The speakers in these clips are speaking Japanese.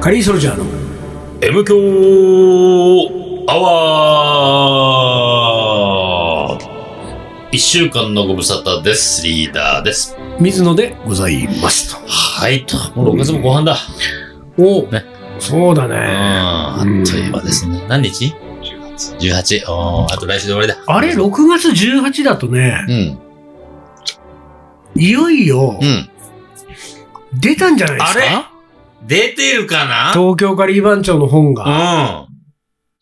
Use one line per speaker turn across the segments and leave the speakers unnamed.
カリーソルジャーの
M 強アワー一週間のご無沙汰です。リーダーです。
水野でございますと。
はい、と。もう6月も後半だ。
お、
ね
そうだ
うん、
ね。
あっという間ですね。何日 ?18。おーあと来週で終わりだ。
あれ、6月18だとね、
うん。
いよいよ
うん。
出たんじゃないです
あ
か
れ出てるかな
東京カリー番長の本が。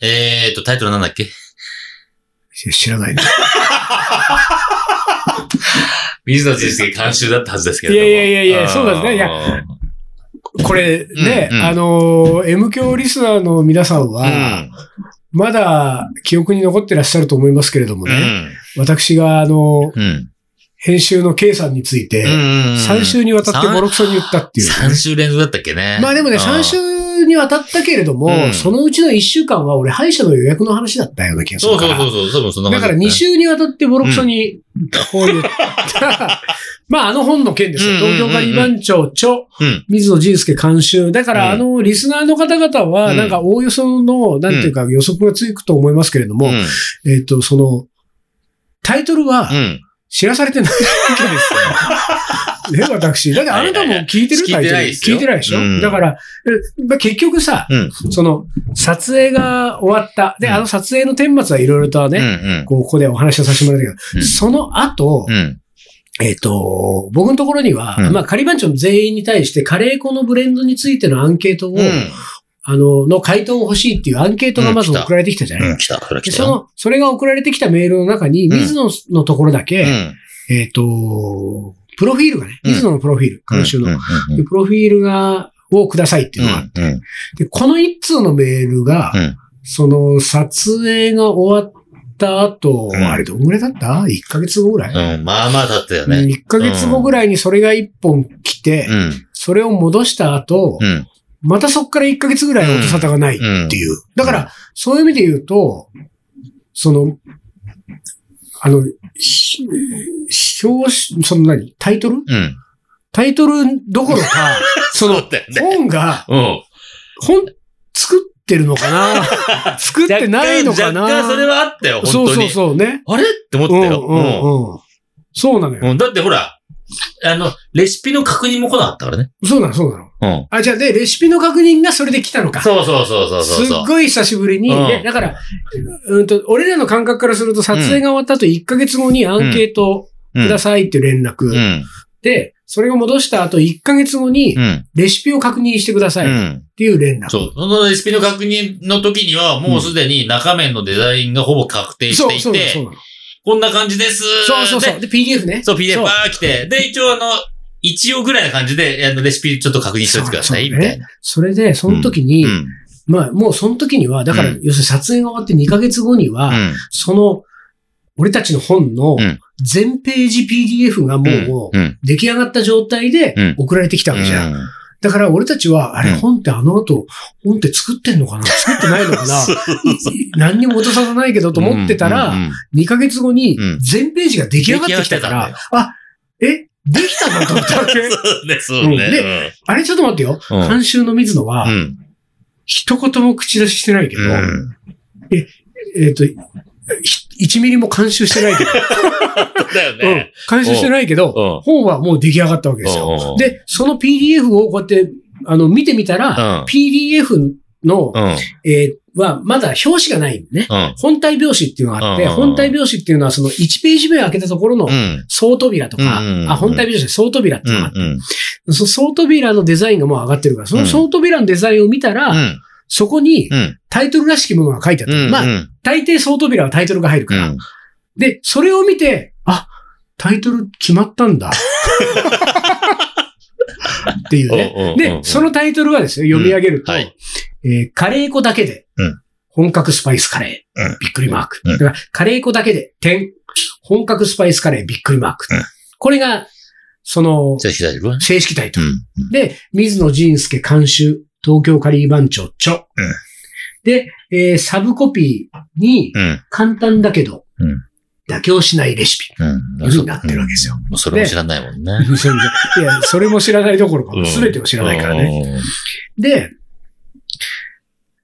うん。えーと、タイトルなんだっけ
いや知らないね。
水野仁介監修だったはずですけれども。
いやいやいやいや
ん
そうですねいやこれね、
うんうん
あのー、M 教リスナーの皆さん
う
は、
ん。
まだ記憶に残ってらっしゃると思いますけれども
う
ね、
ん。
私があの、
うん。
編集の K さんについて、3週にわたってボロクソに言ったっていうね、
3週連続だったっけね。
まあでもね、
うん
3。週にわたったけれども、
うん
そのうちの1週間は俺、歯医者の予約の話だったような気がす
そ
る
う
か
そう
ら。
そうそう、多分そんな
だから
感じったね
2週にわたってボロクソに、こう言 った。まああの本の件ですよ。
うんうんうんうん
東京カリバン長著、
うん。
水野仁介監修。だからあ
うん
の、リスナーの方々は、
うん
なんかおおよその、なんていうか予測がつくと思いますけれども、
うん。
えっと、その、タイトルは
うん。
知らされてないわけ ですよ。ね、私。だってあなたも聞いてる
はいはい
タイトル
はい聞いてないです
聞
よ
いてないでしょ、
うん
だから、えまあ結局さ、
うん。
その、撮影が終わった。で、
うん
あの撮影の顛末はいろいろとは
うん。う
ね、
ん。
こうここでお話をさせてもらったけど、
うん
その後、
うん。
えっ、と、僕のところには、
うん
まあ、カリバンチョン全員に対して、カレー粉のブレンドについてのアンケートを、
うん。
あの、の回答を欲しいっていうアンケートがまず
うん来た
送られてきたじゃない、
うん。来た。それ
で
来た
そ
よ。
の、それが送られてきたメールの中に、
うん
水野のところだけ、
うん。
えっ、と、プロフィールがね、
うん
水野のプロフィール、監修の、
うん。うん
でプロフィールが、をくださいっていううんのがあって
うん。
で、この一通のメールが、
うん
その撮影が終わった後、
うん
あれどんぐらいだった ?1 ヶ月後ぐらい、
うん。まあまあだったよ
うん
ね。
?1 ヶ月後ぐらいにそれが1本来て、
うん。
それを戻した後、
うん。
またそこから1ヶ月ぐらい音沙汰がないっていう。だから、そういう意味で言うと、その、あの、ひ表紙、その何タイトル
うん。
タイトルどころか、その
そうだよね
本が、
うん。
本作ってるのか な作ってないのかな
若干若干それはあったよ、
そ
本
う
当
そう
に。
そうね。
あれって思っ
う
た
んう
よ。うん。
んうん。そうなのよ。
うん、だってほら、あの、レシピの確認も来なかったからね。
そうなの、そうなの。
うん。
あ、じゃあで、レシピの確認がそれで来たのか。
そうそうそうそうそう
す
そ
っ
う。
ごい久しぶりに、
うん
ねだから、うんと、俺らの感覚からすると撮影が終わった後1ヶ月後にアンケート
うん
くださいっていう連絡。
うん。
で、それを戻した後1ヶ月後に
うん。
レシピを確認してください
う
っ
ん。
ていう連絡。
そう。そのレシピの確認の時には、もうすでに中面のデザインがほぼ確定し
そ
て
う、
い
そうなの、
て、
そうなの。
こんな感じです。
そうそうそう。
で
で、PDF ね。
そう、PDF
そう
バー来て、で、一応あの、一応ぐらいな感じで、あの、レシピちょっと確認しといてください、
そう
みたいな。
それで、その時に、
うん。
まあ、もうその時には、だから、
う
要するに撮影が終わって2ヶ月後には、
うん。
その、俺たちの本の
うん
全ページ PDF がもう
うん。
出来上がった状態で
うん
送られてきたわけじゃん。
うん
だから俺たちは、あれ
うん
本ってあの後、本って作ってんのかな作ってないのか な何にも落とさないけどと思ってた
うん
ら、2ヶ月後に
うん
全ページが出来上がってきたか
出来上が
ら
って、
あ、え、できたのと思ったわけ
うん。 そうね、そう
うん
ね。
あれちょっと待ってよ。
うん
監修の水野は
う、ん。
一言も口出ししてないけど、
うん。
えっ、と、ひ1ミリも監修してないけど、
だよ
うん
ね。
監修してないけど、
うん。
本はもう出来上がったわけですよ。
うん、
で、その PDF をこうやって、あの、見てみた
う
ら、
ん。
PDF の、
うん。
えーは、まだ表紙がないんでね。
うん。
本体表紙っていうのがあって、
うんうんうん
本体表紙っていうのはその1ページ目を開けたところの
うん。
総扉とか、
うんうんうん
あ、本体表紙で総扉っていうのがあって、
うん。
その総扉のデザインがもう上がってるから、その総扉のデザインを見たら、
うん。
そこに
うん。
タイトルらしきものが書いてあった。
うん。
まあ
う、ん。
大抵総扉はタイトルが入るから。で、それを見て、あ、タイトル決まったん だ。っていうね。
うん。
で、そ、のタイトルはですよ、読み上げると、
うんはい
えーカレー粉だけで
うん、
本格スパイスカレー、
うん
びっくりマーク。
うん
だから、カレー粉だけで、点、本格スパイスカレー、びっくりマーク。
うん
これが、その、
じゃあ、左分。
正式タイト
う
ル。
ん。
で、水野仁介監修、東京カリー番長、著。
ん
で、えーサブコピーに、
うん。
簡単だけど、
うん
妥協しないレシ ピ。
うん。
いうふうになってるわけですよ。
もうそれも知らないもんね。
いや、それも知らないどころか
う、ん
すべてを知らないからね。
ね。
で、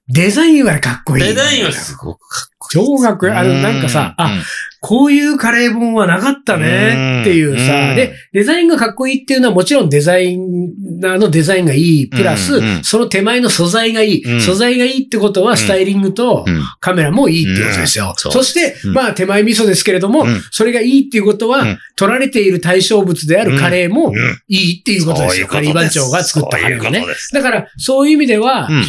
デザインはかっこいい。
デザインはすごくかっこいい。
超かっこいい。あの、なんかさ、あ、こういうカレー本はなかったねっていう
う
さ、
ん
で、デザインがかっこいいっていうのはもちろんデザイナーのデザインがいい、プラス
うんうん、
その手前の素材がい
うん
い。素材がいいってことはスタイリングと
うん、
カメラもいいってことです
うん
よ。
そう
そして
う、ん
まあ手前味噌ですけれども
うん、
それがいいっていうこと
う
は
ん、
取られている対象物であるカレーも
うんうん
いいっていうことですよ。カリー番長が作ったカレー
そ
が
ういう
ね
こと。です。
だから、そういう意味では
う、ん。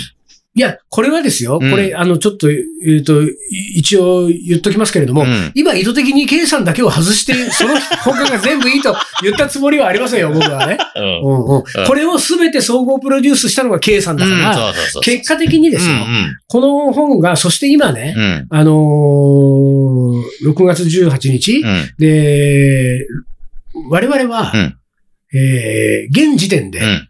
いや、これはですよ。こ
うん
れ、あの、ちょっと、えっ、と、い一応言っときますけれども、
うん
今意図的に K さんだけを外 して、その他が全部いいと言ったつもりはありませんよ、僕はね。
うん
うんうん、これを全て総合プロデュースしたのが K さんだから、
うんそうそうそう。
結果的にですよ、
うん
この本が、そして今ね、
うん。
あのー6月18日、
うん。うん
で、我々は、
うん
えー現時点で、
うん。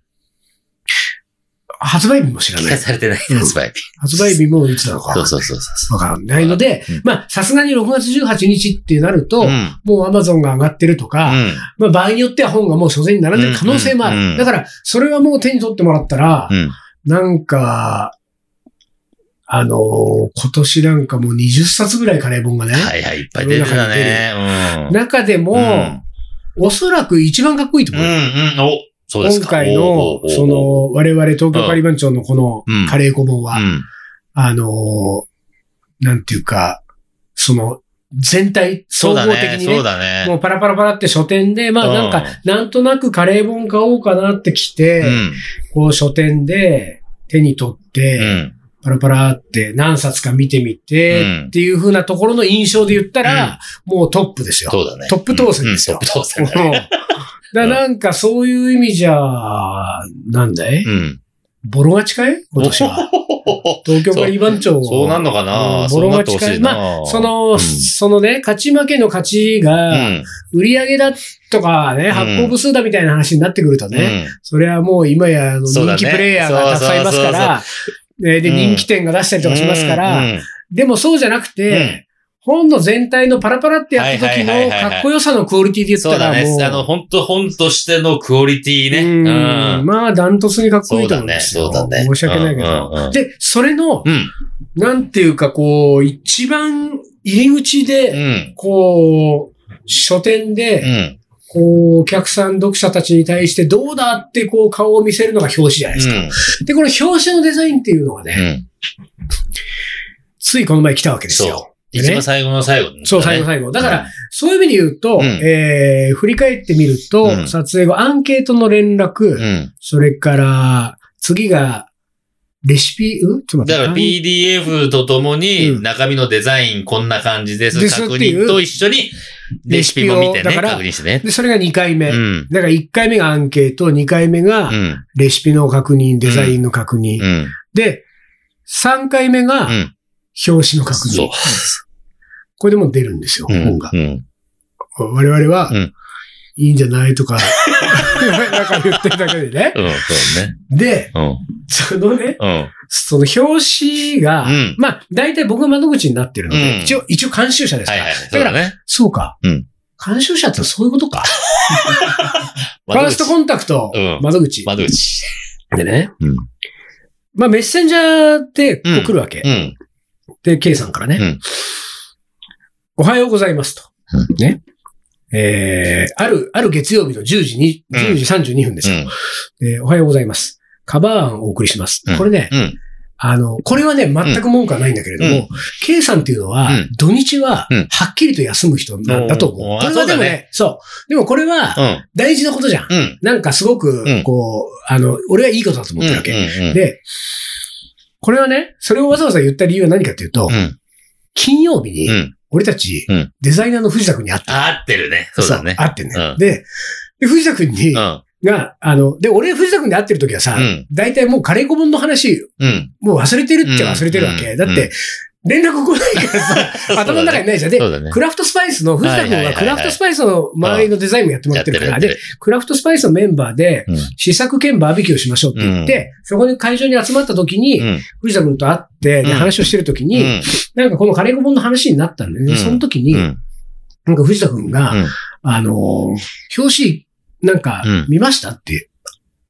発売日も知ら
聞
な
か
い。
されてない
うん
発売日。
発売日もいつなのかわか
そ
んないう
そうそうそ
わ
う。
かんないので
うん、
まあ、さすがに6月18日ってなると、
うん。
もう Amazon が上がってると
う
か、
ん
まあ場合によっては本がもう書店に並んでる可能性もあ
うんうんうん
る。だから、それはもう手に取ってもらったら
う、ん。
なんか、あのー今年なんかもう20冊ぐらいカレー本がね、
はいはい、いっぱい出てたね。うん。
中でも、
うん
おそらく一番かっこいいと
う
思う。
ん、うん、お、そうです
今
か。
回
おーおーお
の、
ー
その、我々東京カリバン町のこの
うん
カレー小本は
う、ん、
あのーなんていうか、その、全体、総
そう
合
だ
的
ね、
に
そう
ね、
だね。
もうパラパラパラって書店で、まあ
うん
なんか、なんとなくカレー本買おうかなって来て、
うん、
こう書店で手に取っ
う
て、
ん、
パラパラって何冊か見てみて、
うん
っていう風なところの印象で言ったら、もうトップですよ。
そうだね。
トップ当選ですよ
うんトップ当
うん
選
だからなんかそういう意味じゃ、なんだい
うん。
ボロが近い今年は。東京カリバン町
そうなんのかな
うん
そうなってほしいな。
その、
うん
そのね、勝ち負けの勝ち
う
が、
ん、
売り上げだとかね、発行部数だみたいな話になってくるとね、それはもう今やあの
そうだ
人
ね
気プレイヤーがたくさんいますから、ねで、
うん
人気店が出した
う
り
ん。
とかしますから、
うん、
でもそうじゃなくて、本の全体のパラパラってやった時
はいはい
の
はいはいはい
かっこよさのクオリティで言っ
そ
た
うだ
ら
ね
もう、。
あの、本当本としてのクオリティ
う
ね。うんん。
まあ、ダントツにかっこいいと思うんですよ。
そうだねそうだ
申
ね
し訳ないけど。
うんうんうん
で、それの、
うん。
なんていうかこう、一番入り口で、
うん。
こう、書店
う
で、
ん。
こう、お客さん、読者たちに対してどうだってこう顔を見せるのが表紙じゃないですか。で、この表紙のデザインっていうのが
う
ね、
ん。
ついこの前来たわけですよ。で
一
ね
番最後の最後だね。
そう、最後最後。だから、そういう意味で言うと、
うん
えー、振り返ってみると、
うん
撮影後、アンケートの連絡、
うん。
それから、次が、レシピ、うんちょっと
だ
待
か
って。
ら PDF ととも
う
に
ん
中身のデザインこんな感じです。
です
確
っていう
認と一緒にレシピも見
レ
て
シピを
ね。
だから
確認してね。
で、それが2回目。
うん。
だから1回目がアンケート、2回目が
うん。
レシピの確認、デザインの確認。
うん。
で、3回目が
うん。
表紙の確
そ
認
う。。
これでも出るんですよ、
うん
本が。
うん。
我々は
うん、
いいんじゃないとか、なんか言ってるだけでね。
うん。そうね。
で、
うん。
そのね、
うん。
その表紙が
うん、
まあ、大体僕が窓口になってるの
うん
で、一応、一応監修者です
は
か
い
ら
は
だ
い。。そう
か
だ
ら、
ね。
そうか
うん。
監修者ってそういうことか。ファーストコンタクト
うん、
窓口。
窓口。
でね
うん。
まあ、メッセンジャーってこう来るわけ
う。ん。
で、K さんからね、
うん
おはようございますと。
う
ね。えー、ある、ある月曜日の10時に、
うん
10時32分です
う
よ、
ん。
えーおはようございます。カバー案をお送りします。
うん
これね、
うん。
あの、これはね、全く文句はないんだけれども、
う
K さんっていうのは、
うん
土日は
うん、
はっきりと休む人なんだと思う。
うん
これはでもねそう。でもこれは、
うん。
大事なことじゃん。
うん。
なんかすごく
うん、
こう、あの、俺はいいことだと思ってるわけ。
うん。
で、これはね、それをわざわざ言った理由は何かというと、
うん。
金曜日に
う、ん。
俺たち
うん、
デザイナーの藤田君に会った。
合ってるね。そうだね
さ。会ってんね。
うん
で、で藤田君に
う、ん。
が、あの、で、俺藤田君で会ってる時はさ
うん、
大体もうカレー小本の話、
うん。
もう忘れてるっちゃ忘れてるわ
う
け。
ん
だって、連絡来ない からさ、頭の中にないじゃん。で
そう、だね。
クラフトスパイスの、藤田君
はい
はい
ははいはい
クラフトスパイスの周りのデザインもやってもら
やっ
って
て
るか
るや
ら、
って
で
る。、
クラフトスパイスのメンバーで、
うん
試作兼バーベキューをしましょうって言って、そこで会場に集まった時に、
うん。
藤田君と会って、で
うん
話をしてる時に、
うん
なんかこのカレーコ本の話になったんだよね。
うん
その時に、
うん。
なんか藤田くんが、
うん
あのー表紙、なんか
うん、
見ましたって。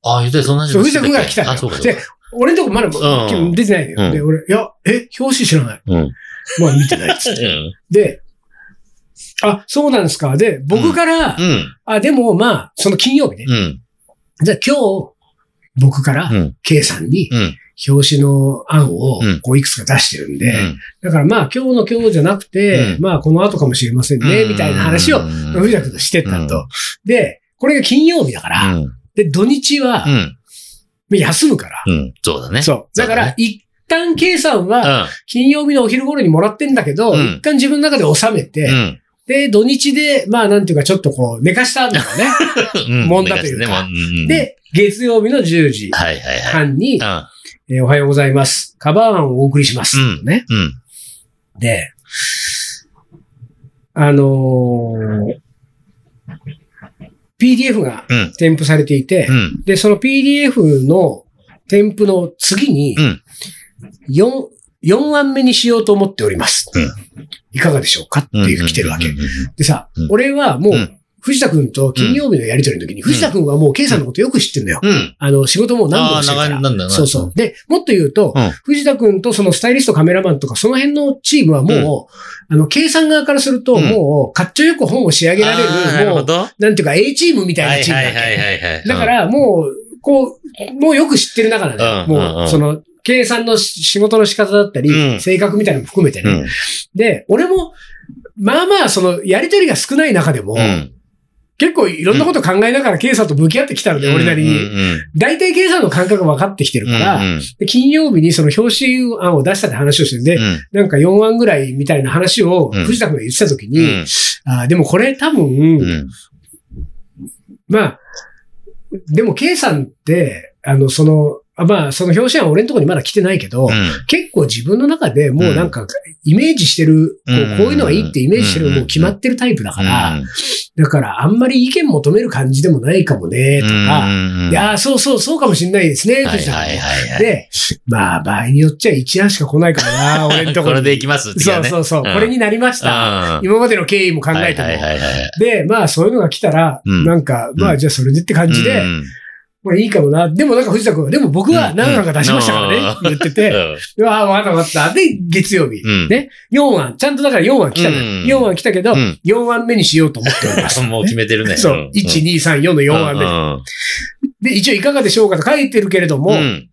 あ、言うてそんな話
そう藤田くんが来た
あ、
の
そうか
よ。
そう
で
か。、
俺のとこまだも
うん
出てないのよ。
うん
で、俺、いや、え、表紙知らない。
うん。
まあ見てない っつって。で、あ、そうなんですか。で、僕から、
うん。
あ、でもまあ、その金曜日ね。
うん。
じゃあ今日、僕から
う、ん。
K さんに、
うん。
表紙の案を
うん、
こういくつか出してるんで、
うん
だからまあ今日の今日じゃなくて、
うん
まあこの後かもしれませんね、みたいな話を
う、ん
藤田君としてったと。で、これが金曜日だから、
うん。
で、土日は
う、ん。
休むから。
うん。そうだね。う。
そう。だか
そうだ
ら
ね、
一旦 K さんは、金曜日のお昼頃にもらってんだけど、
うん
一旦自分の中で収めて、
ん。うん。
で、土日で、まあなんていうかちょっとこう、寝かしたんだろうね。
うん
もんだというか
うんうん
で、月曜日の10時
はいはいはい。
半に、
う
えーおはようございます。カバー案をお送りします。
うん
ね。
ん。うん。
で、あのー PDF が
うん。
添付されていて、
うん。
で、その PDF の添付の次に
うん、
4、4案目にしようと思っております。
うん
いかがでしょうかっていう来てるわけ
うん。。う
でさ
うん、
俺はもう
うん、
藤田くんと金曜日のやりとりの時に、藤田くんはもう K さんのことよく知ってんだよ。
んうん。
あの、仕事も何度
あ
も
あ、
してるか
長い、
ら。
なんだよな
そうそう。。で、もっと言うと、
うん
藤田くんとそのスタイリスト、カメラマンとか、その辺のチームはもう、あの、計算側からすると、
うん
もう、かっちょよく本を仕上げられる、
あーなる
も
ほ
う、
ど。は
なんていうか A チームみ
い
た
はいい
なチーム
は
だっ
い
た。
はいはい。
だから、もう、こう、もうよく知ってる中だね。
うんうん
も
う
う、
ん
その、計算の仕事の仕方だったり、
うん
性格みたいなのも含めて
う
ね。
ん、
で、俺も、まあまあ、その、やりとりが少ない中でも、
うん。
結構いろんなこと考えながら、ケイさんと向き合ってきたので、俺なり
う
に。
ん
大体、ケイさんの感覚分かってきてる
うんうん。
から、
うん
で金曜日にその表紙案を出したって話をしてて、なんか4案ぐらいみたいな話を
うん
藤田君が言ってた時
う
に、
ん。
あーでもこれ多分、
うん。
まあ、でも K さんって、あの、その、あまあ、その表紙案俺のところにまだ来てないけど、
うん
結構自分の中でもうなんか、イメージしてる、こう
うん
こういうのがいいってイメージしてる
うん
もう決まってるタイプだから、
うん
だからあんまり意見求める感じでもないかもね、と
う
か、
んうん
いやー、そうそう、そうかもしんないですね、
はい
藤田君
はいはいはい。
で、まあ、場合によっちゃ1案しか来ないからな、俺のとこ
こ
ろ。
れでいきますって
そうそうそう、
うん
これになりました。
た。
今までの経緯も考えても。
はいはいはいはい。
で、まあ、そういうのが来たら、
うん
なんか、まあ、じゃあそれでって感じで、
うん
これいいかもな。でもなんか藤田君は、でも僕は何案か出しましたからね、
うん
言ってて、うわあ、わかったわかった。で、月曜日。
うん
ね、4案、ちゃんとだから4案来たのよ、
うん
4案来たけど、
うん
4案目にしようと思っておりま
う
す。
んもう決めてるね。
そう、1、2、3、4の4案目。
案
で、一応いかがでしょうかと書いてるけれども、
うん。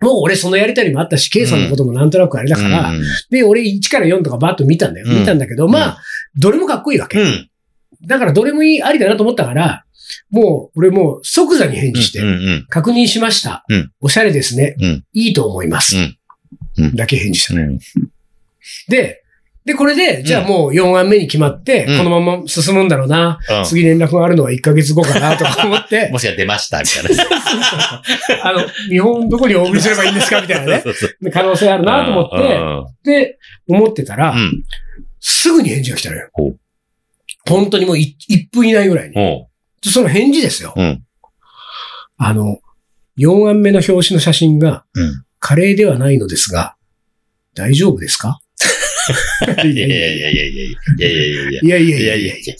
もう俺そのやりたりもあったし、K さんのこともなんとなくあれだから、
うん
で、俺1から4とかバーッと見たんだよ。
うん
見たんだけど、まあ、どれもかっこいいわけ。
うん。
だからどれもいい、ありだなと思ったから、もう、俺もう即座に返事して、
うんうん
確認しました。
うん
おしゃれですね、
うん
いいと思います。
うんうん
だけ返事した。
うん。
で、で、これで、じゃあもう4案目に決まって、
うん
このまま進むんだろうな。
うん
次連絡があるのは1ヶ月後かな、とか思って、
もしや出ましたみたいな。
あの、日本どこにお送りすればいいんですかみたいなね。
そうそうそう
で可能性あるな、と思って、で、思ってたら、
うんうん。
すぐに返事が来たのよ
ほう。
本当にもうい1分以内ぐらいに。
お
その返事ですよ。
うん
あの、4案目の表紙の写真が、
ううん。
カレーではないのですが、大丈夫ですか
いやいやいやいやいやいやいやいやいや。
いやいやい
い
や
や
い
い
や
や
い
い
や。
や。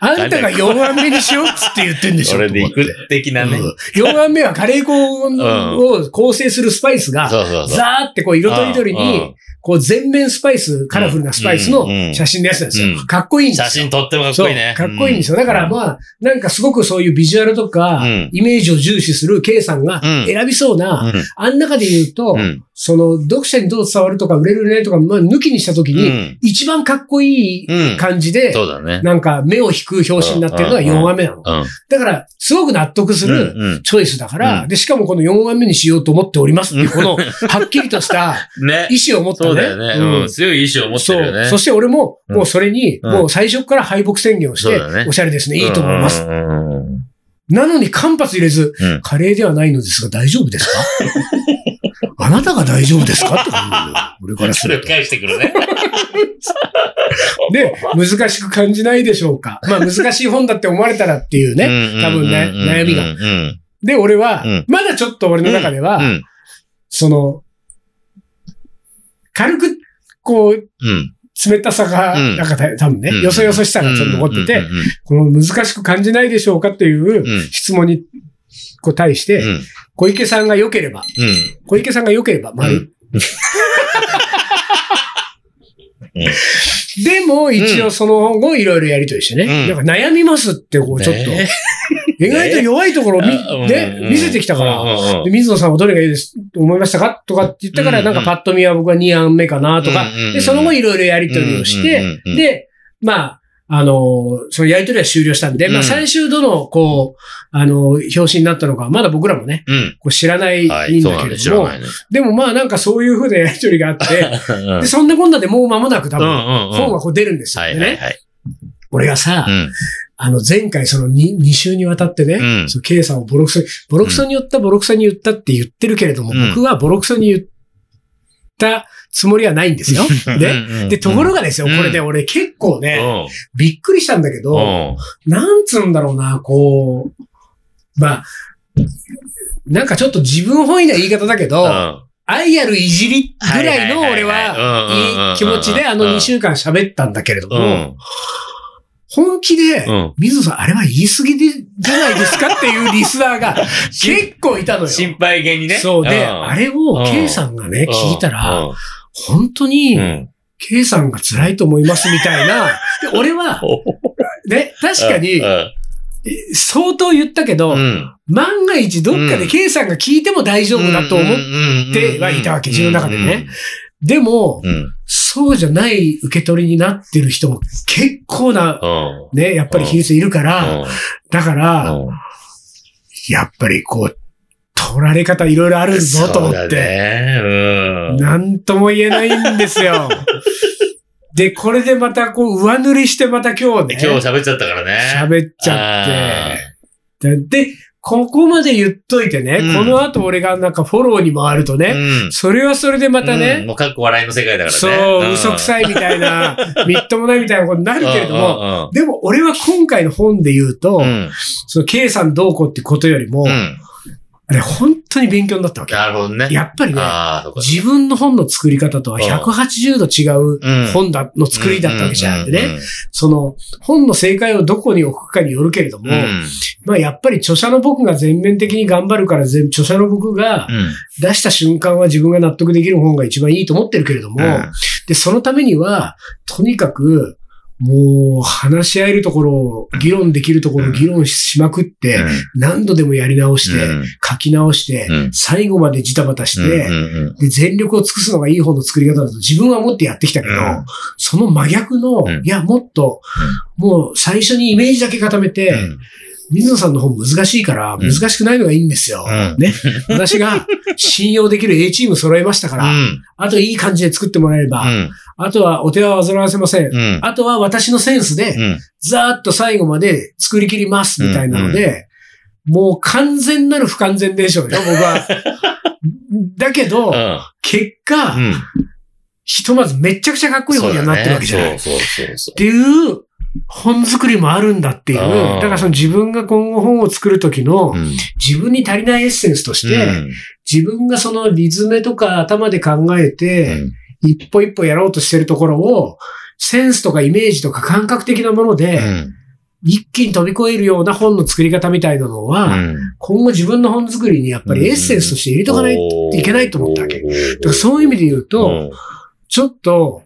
あんたが4案目にしようっつって言ってんでしょ。
それでい
と思っ
く的
て
なね。
うん4案目はカレー粉を 構成するスパイスが、
そうそうそう。
ザーってこう色とりどりに、こう全面スパイス、カラフルなスパイスの写真のやつなんです
う
よ
んう。ん
かっこいい
うんん。
です
写
よ。
真撮ってもかっ
そう
こいいね。
かっこいいんですよ。だから
あ、
まあ、なんかすごくそういうビジュアルとか、
うん
イメージを重視する K さんが
うん
選びそうな、
うん
あん中で言うと、
うん。
その読者にどう伝わるとか売れるねとか、まあ抜きにした時
う
に、
ん。
一番かっこいい
うん。
感じで、
そうだね。
なんか目を引く表紙になってるのが4話目なの。
うん。
だから、すごく納得する、
うん
チョイスだから、
う
で、しかもこの4話目にしようと思っておりますっていう、この、はっきりとした
うん。ね。
意思を持ったね。
そうだよね。
うん
うん。強い意志を持ってるよね。
そう。そして俺も、
うん
もうそれに、
うん
もう最初から敗北宣言をして、
そうだね
おしゃれですね、いいと思います。
うんうんうんうん。
なのに間髪入れず、
うん
カレーではないのですが大丈夫 ですかあなたが大丈夫ですかって言うのよ俺からす
そ れ
る
を返してくるね。
と。で、難しく感じないでしょうか。まあ難しい本だって思われたらっていうね。
ね
多分ね悩みが
うん。
で、俺は、
うん
まだちょっと俺の中では、
うん。
その、軽く、こう、
うん。
冷たさが、
うん
なんかた多分ね、
うん
よそよそしさがちょっと残ってて、
うんうん
この難しく感じないでしょうかっていう
うん
質問にこう対し
う
て、
ん。
小池さんが良ければ、
うん。
小池さんが良ければ丸。でも、一応その後、いろいろやりとりしてね。
う
なんんか悩みますって、こう、ちょっと、
ね
意外と弱いところを
あうん
見、で、見せてきたか
う
ら、
んうんうん
で水野さんはどれがいいです、と思いましたかとかって言ったから、
うんう
なんんかパッと見は僕は2案目かなとか
うんうんうん、
で、その後いろいろやりとりをして、、で、まあ、あのーそのやりとりは終了したんで、ま
う
あ
ん
最終どの、こう、あのー表紙になったのか、まだ僕らもね、
うんうん
こう知らない
うんん。
だ
は
けれ
い、
ど
そう
も、
なん
で
です。知らないね。
もまあなんかそういう風なや りとりがあって、
うん
で、そんなこんなでもう間もなく多
うん
分、
うんうん。
本がこう出るんですよ。
は
で
い
ね、
はいはい。
俺がさ、
うん。
あの前回その 2, 2週にわたってね、
うん
その K さんをボロクソに、ボロクソに言った、ボロクソに言ったって言ってるけれども、
うん
僕はボロクソに言ったつもりはないんですよ。ね。
ね
で、ところがですよ、
うん
これで俺結構
が
ね、
ね、
びっくりしたんだけ
うん。
ど、なんつうんだろうな、こう、まあ、なんかちょっと自分本位な言い方だけど、愛あるいじりぐらいの俺は、いい気持ちであの2週間喋ったんだけれど
うん。う
も、
ん
本気で
う、ん。
水野さん、あれは言い過ぎでじゃないですかっていうリスナー が結構いたのよ。
心配げにね。
そうで、
ん
あれを
うん
K さんがね、聞いたら、
うん
本当
う
に
ん。
K さんが辛いと思いますみたい な。で俺は、ね、確かに
う、ん
相当言ったけど、
うん。
万が一どっか
う
で
ん
K さんが聞いても大丈夫だと思う。
て
はいたわけ自分の中でね。でも、
うん。うん
そうじゃない受け取りになってる人も結構な、
うん。
ね、やっぱり比率いるから、だから、
うん
やっぱりこう、取られ方いろいろあるぞと思っ
そうだ
て、
ね。うん。
なんとも言えないんです よ。で、これでまたこう、上塗りしてまた今日
で
ね、
今日喋っちゃったからね。
喋っちゃって。で、ここまで言っといてね、
うん
この後俺がなんかフォローに回ると
あー
ね、
うん
それはそれでまた
うん
ね、
もうかっこ笑いの世界だからね。
そう、嘘く
い
さいみたいな、みっともないみたいなことになるけれども、
も。
でも俺は今回の本で言うと、
うんうん
その K さんどうこうってことよりも、
うん。
あれ本当に勉強になったわけ。
なるほどね。
やっぱりね、
ああ、そうか。
自分の本の作り方とは
うん
180度違
うん
う本だ、の作りだったわけじゃん。で
うん
ね、。その本の正解をどこに置くかによるけれども、
うんうん。
まあやっぱり著者の僕が全面的に頑張るから、全著者の僕が
うん
出した瞬間は自分が納得できる本が一番いいと思ってるけれども、
うん
で、そのためには、とにかく、もう話し合えるところを、議論できるところを議論しまくって、何度でもやり直して、
うん
書き直して、
うん
最後までジタバタして、
うんうん
で、全力を尽くすのがいい方の作り方だと自分は思ってやってきたけど、
うん
その真逆の、
うん
いや、もっと、もう最初にイメージだけ固めて、
うん
水野さんの本難しいから、
うん
難しくないのがいいんですよ。
うん
ね。私が信用できる A チーム揃えましたから、
うん
あといい感じで作ってもらえれば、
うん
あとはお手は煩わせません。
うん
あとは私のセンスで、
うん
ざーっと最後まで作り切ります、みたいなので、もう完全なる不完全でしょうよ、僕 は。だけど、結果、
うん
ひとまずめっちゃくちゃかっこいい本にはなってるわけじゃない。っ
そうだねそうそうそう
ていう本作りもあるんだっていう。
う
だ
ん
からその自分が今後本を作る時の
そう。うん
自分に足りないエッセンスとして、自分がそのリズムとか頭で考え
うん
て、一歩一歩やろうとしてるところを、センスとかイメージとか感覚的なもの
う
で、
ん
一気に飛び越えるような本の作り方みたいなのは、
うん
今後自分の本作りにやっぱりエッセンスとして入れとかないといけないと思ったわけ。だからそういう意味で言うと、ちょっと、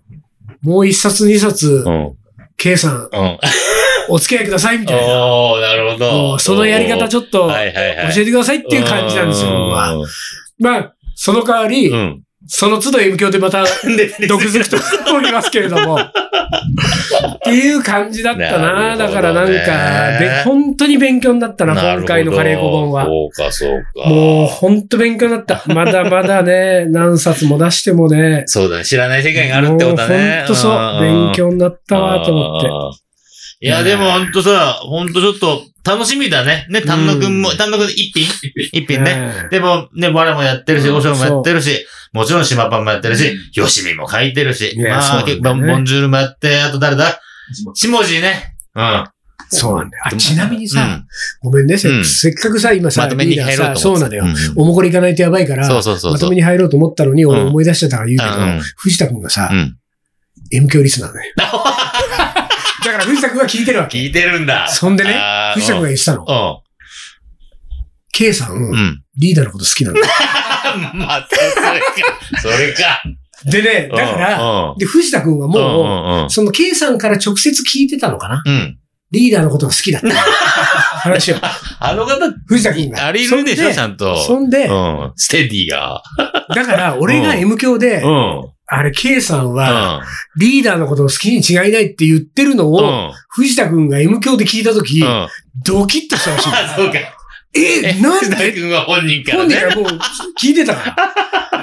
もう一冊二冊
う、んうん
K さん、
うん
お付き合いくださいみたいな。
おー、なるほ
も
ど。
うそのやり方ちょっ
ょ
と教
はい
え
はいはい。
てくださいっていう感じなんですよ、僕は。まあ、その代わり、
うん。
その都度 M 教でまた、
うん。で、で
毒づくと思いますけれど も。っていう感じだったな。
なるほど
だ
ね
からなんか、べ本当に勉強になったな、
なるほど
今回のカレーコ本は。
そうか、そうか。
もう本当勉強になった。まだまだ ね、何冊も出してもね。
そうだね。知らない世界があるってことだね。
もう本当そう。勉強になったわ、と思って。
思って。いや、でも本当さ、本当ちょっと楽しみだね。ね、丹野くんも、
うん
丹野くん一品一品ね。
ね
でも、ね、我もやってるし、
うん
和尚もやってるし、もちろん島パンもやってるし、よしみも書いてるし、
ね
まあ、
そう
結
な
構、
んだよね
ボンジュールもやって、あと誰だしもじね。うん。
そうなんだよ。あ、ちなみに
う
さ
ん、
ごめんね、せ
うん
せっかくさ、今さ、
まとめに入ろ
リーダーさ
うと思ってた
そうなのよ
うん。
おもこり行かないとやばいから、
そうそうそう
ま
そ
と
う。
めに入ろうと思ったのに、俺
うん
思い出しちゃったから言う
あう
け
ん
ど、藤田くんがさ
う、ん。
M 響リスナ ーだよ。だから藤田くんが聞いてるわけ。
聞いてるんだ。
そんでね
あー
藤田くんが言ってたの。
う
K さん、
うん。
リーダーのこと好きなんだよ。
またそれか。それか。
でね、だから、
うん、
で、藤田くんは
うん、
もう、
うん、うん
その K さんから直接聞いてたのかな
うん。
リーダーのことが好きだって。 話を。
あの方、
藤田くんが。
ありるでしょ、ちゃ
ん
んと。
そんで、
うん。ステディが。
だから、俺が
うん
M 教で
う、ん。
あれ、K さん
う
は、
ん。
リーダーのことを好きに違いないって言ってるの
う
を、
ん。
藤田くんが M 教で聞いたとき
う、ん。
ドキッとしたらし い。
あ、そうか。
え、なん
藤田
で
君は本人から
本人
ね。
からもう聞いてたか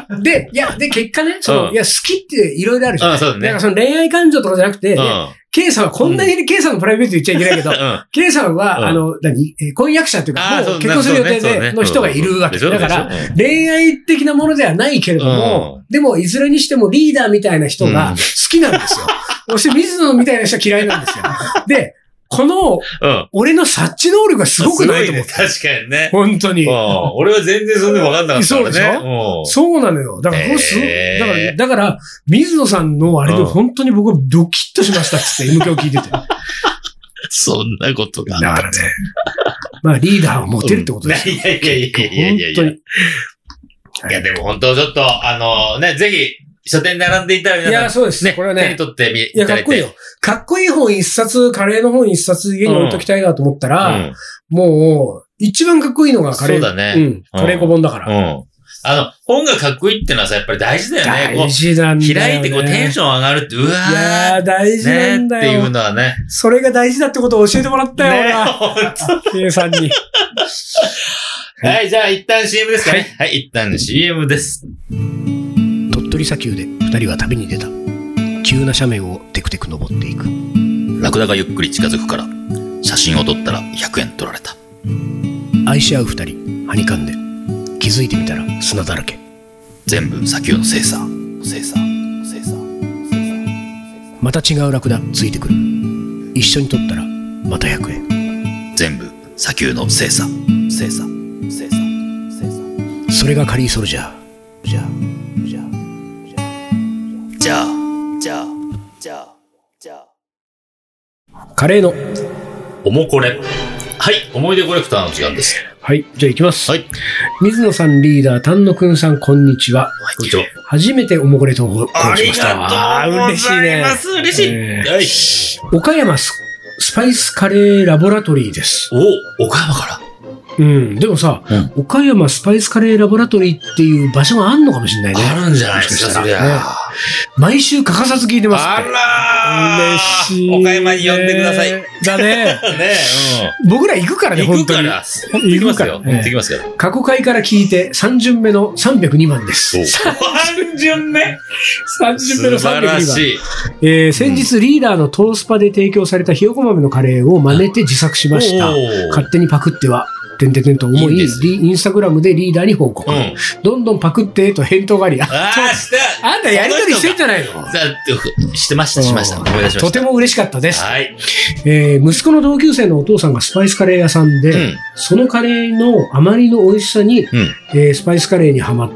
ら。で、いや、で、結果ね、そうの、
ん
いや、好きっていろいろあるじゃん。
うん、そうだ
だから
ね。
その恋愛感情とかじゃなくて
う、ん。
K さんはこんなに K さんのプライベート言っちゃいけないけど、
うん。
K さんは、
うん
あの、何えー婚約者という
あ
か、
あ、
も
そう
う結婚する予定
そうね
での人がいるわけ。
そうね
だか
うん
ら、
でしょでしょ
恋愛的なものではないけれども、でも、いずれにしてもリーダーみたいな人
う
が
ん
好きなんですよ。そして、水野みたいな人は嫌いなんですよ。で、この、
うんうん。
俺の察知能力がすごくないと思う
す。ごね確かにね。
本当
う
に
ん。。俺は全然そんなの分かんなかったから
そ
ね。
うでし
ょ
そうなのよ。だから、これすごい
へ
だ
ー
から、だから、水野さんのあれで
うん
本当に僕はドキッとしましたっつって、M 響聞い てて。だか
そんなことがあった
らね。 まあ、リーダーを持てるってことですよ。
いやいやいやいやいやいや。
本
いや、でも本当ちょっと、あのね、ぜひ、書店に並んでいたら
いや、
皆さ
そうです
ん、ね、
ね。これは
手に
ね。
取ってみ、
いや、かっこいい
ただ
よ。かっこいい本一冊、カレーの本一冊家に置いときたいなと思った
て
ら、もう、一番かっこいいのがカレー。
そうだ
ね。うん。カレー小本だか
うん。
ら。
うん。あの、本がかっこいいってのはさ、やっぱり大事だよね。こ
大事なんだ
う
よね。
開いてこうテンション上がるって、うわ
いや
ー
ー、大事な
ね
ん
ーっ
だ
ていう
よ。
のはね。
それが大事だってことを教えてもらったよ、
ね
俺は。
本
計算に。
当はい、じゃあ一旦 CM ですかね。はい、一旦 CM です。
鳥取砂丘で2人は旅に出た急な斜面をテクテク登っていく
ラクダがゆっくり近づくから、写真を撮ったら100円取られた。
愛し合う2人はにかんで気づいてみたら砂だらけ
全部砂丘の精査。精査。精査。
また違うラクダついてくる一緒に撮ったらまた100円
全部砂丘の精査精査精査精査
それがカリーソルジャーじゃあじゃあ
じゃあじゃあじゃあじゃあ
カレーの
おもこれはい思い出コレクターの時間です
はいじゃあいきます、
はい
水野さんリーダー丹野くんさんこんにちは
こんにちは
初めておもこれ投稿しましたあー嬉しいね
嬉しい
え
はい
岡山ススパイスカレーラボラトリーです
お岡山から
うん、でもさ、岡山スパイスカレーラボラトリーっていう場所があんのかもしれないね。
あるんじゃないです
もしし
か
た
そ
ら
りゃ
毎週欠かさず聞いてますっ
あ
て。
らー
嬉しい、ね。
岡山に呼んでくださいね。
だね。
え
僕ら行くからね、
うん行
本
く
当
か
に。
ら持ってきますよ
行くから
持ってきますよ
過去回から聞いて3巡目の302番です。
三巡目
3巡目の
素晴
302
ら
番。
しい
えー、先日リーダーのトースパで提供されたひよこ豆のカレーを真似て自作しました
お。ー
勝手にパクっては、てんてんてんと思い、
いいです
リインスタグラムでリーダーに報告。
うん
どんどんパクってと返答があり、あ
ああ、した
あんたやりとりしてんじゃないの
だって、してました、しました。
うん
思い出しました。
とても嬉しかったです。
はい。
えー息子の同級生のお父さんがスパイスカレー屋さんで、
うん
そのカレーのあまりの美味しさに、
うん。
えースパイスカレーにはまっ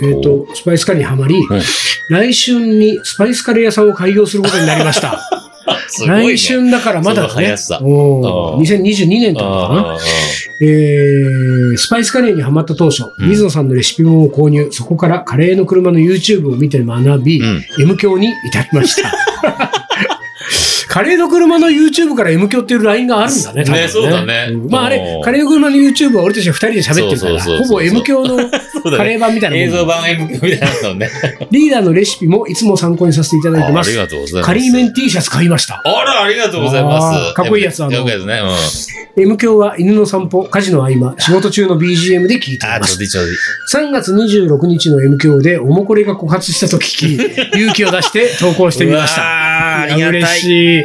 えーと、スパイスカレーにはまり、
ん
来春にスパイスカレー屋さんを開業することになりました。
すごいね
来春だからまだ
そ
だ
の
ね
速さ。
おー
うん
2022年とかかな。
あー
えースパイスカレーにはまった当初、
うん
水野さんのレシピ本を購入、そこからカレーの車の YouTube を見て学び、
うん
M 教に至りました。 カレーの車の YouTube から M 教っていうラインがあるんだね、多分
ねそうだね
んまああれ
お、ー
カレーの車の YouTube は俺たちが二人で喋ってるから、
そうそうそうそう
ほぼ M 教の
そうだ
カ
ね。
レー版みたいなもん
映像版 M みたいなのね。
リーダーのレシピもいつも参考にさせていただいて
あ
ま
あり
す。
がとうございます。
カリーメン T シャツ買いました。
あら、ありがとうございま
あー
す。
かっこいいやつ
か
あ
っ
の
こいいやつね。うん。
M 教は犬の散歩、家事の合間、仕事中の BGM で聞いてい
あー、
ま
ち
す
ょうど。いいちょうどいい。
3月26日の M 響でおもこれが枯渇したと聞き、勇気を出して投稿してみまし
う
た。
わーありがたい。
嬉
い。
しい。
う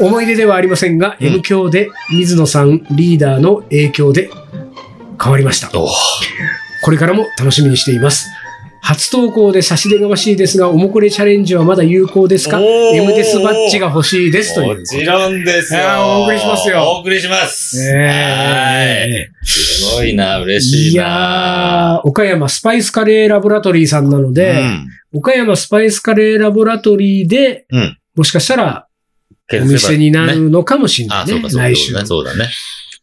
思い出ではありませんが、
うん
M 響で水野さんリーダーの影響で変わりました。
ん。おー
これからも楽しみにしています。初投稿で差し出がましいですが、おもこれチャレンジはまだ有効ですか
おー
?M デスバッジが欲しいですという
も。ちろんですよ
い。やーお送りしますよ
お送りします。はーい。
ねえ
すごいな、嬉し
い
いな。
やー、岡山スパイスカレーラボラトリーさんなので、
うん。
岡山スパイスカレーラボラトリーで、
うん
もしかしたらお店にな
ね
るのかもしれない
あ、
ね。
そうか、そうか。
来週。
そうだね。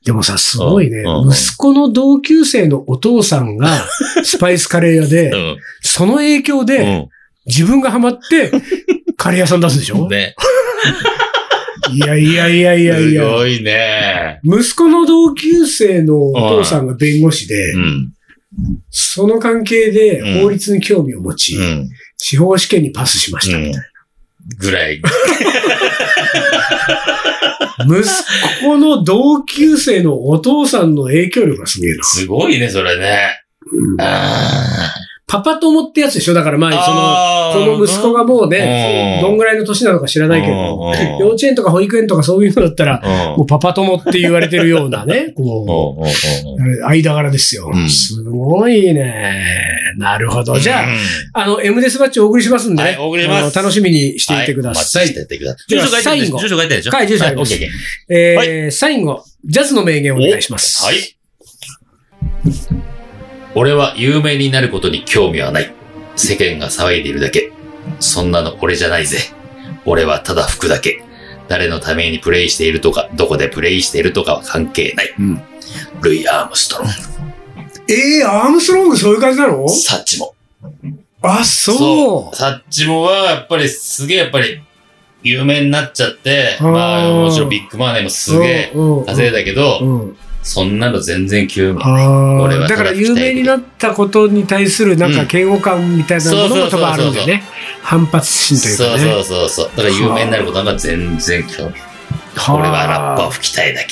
でもさ、すごいね
うんうんう。ん
息子の同級生のお父さん が、スパイスカレー屋
う
で、
ん。
その影響で、
う
自分がハマって、カレー屋さん出すでしょ
ん。ね。
いやいやいやいやい
す
や。
ごいね。
息子の同級生のお父さんが弁護士で
う、ん。
その関係で法律に興味を持ち
う、ん。
司法試験にパスしまし
う
た。
ん。ぐらい。
息子の同級生のお父さんの影響力がすげえな。
すごいね、それね。
うん
あ
パパ友ってやつでしょだからま
ー
あ、その、この息子がもうね、
うん
どんぐらいの年なのか知らないけど、幼
ど。
稚園とか保育園とかそういうのだったら、
うん
もうパパ友って言われてるような ね、こ
おうおうおう
う、あれ間柄ですよ
う。ん
すごいね。なるほど。じゃあ、あの、M デスバッチお送りしますんでね。
はいお送りします
あの楽しみにしていてください。
はい、待ちしていてください。
で
住
は
所書いてあるでし
最後
ょ住所書いてあるでしょ
はい住所あり
オ
ま
ッ
す
ケーオッケー。
えー最後、ジャズの名言をお願いします。
はい。俺は有名になることに興味はない。世間が騒いでいるだけ。そんなの俺じゃないぜ。俺はただ服だけ。誰のためにプレイしているとか、どこでプレイしているとかは関係ない。
うん
ルイ・アームストロング、
えー、アームストロングそういう感じなの
サッチモ。
あ、そう。
サッチモはやっぱりすげえやっぱり有名になっちゃって、
あー
まあもちろんビッグマネーもすげえ
うん、
稼いだけど、
うんうん
そんなの全然興味ない。
あ
俺
あ、
は
だから
ただ聞き
有
たい
名になったことに対するなん
う
か
ん
嫌悪感みたいなものも多分あるんだよ
そうそうそうそ
ね。反発心という
そ
か
う
ね。
そうそうそう。だから有名になることなんか全然興味ない。
はあ
俺はラッパを吹きたいだけ。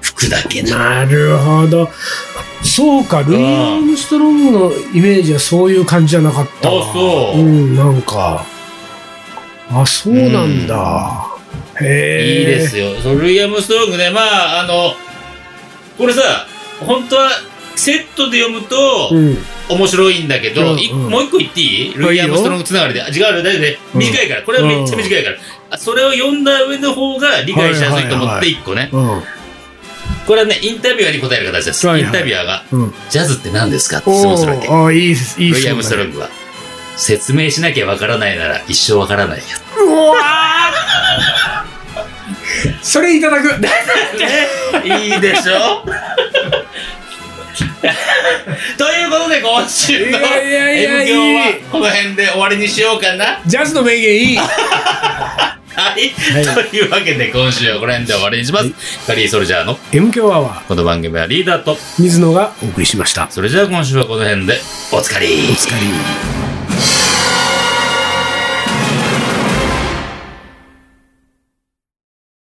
服だけな。
なるほど。そうか、ルイ・アームストロングのイメージはそういう感じじゃなかったわ。
あそう
うん、なんか。あ、そうなんだ。へえ。
いいですよ。そのルイ・アームストロングね、まあ、あの、これさ、本当はセットで読む
う
と
ん。
面白いんだけ
う
ど、
ん
い
うん
もう一個言っていい
よ
ルイ・アームストロングつながりで。あ違う、大丈夫ね。
うん
短いから。これはめっちゃ短いから。あそれを読んだ上の方が理解しやすいと思
はいはい
っ
は
て
い
一個ね。
うん。
これはね、インタビュアーに答える形です。
はい
イ
はい
ンタビュアーが
うん、
ジャズって何ですかって質
お
問するわけ。
ーあ、いいです。いい
ル
です
イ・アームストロングは説明しなきゃわからないなら一生わからないよ。
うわー それいただく。
ね、いいでし ょということで今
い
週の
やいやい
M
や、
響
いい
は。この辺で終わりにしようかな。
ジャズの名言 いい。
はい。というわけで今週はこの辺で終わりにします。カリーソルジャーの
M 強アワ
この番組はリーダーと、
ー、水野がお送りしました。
それじゃあ今週はこの辺でおつかり。
お疲れ。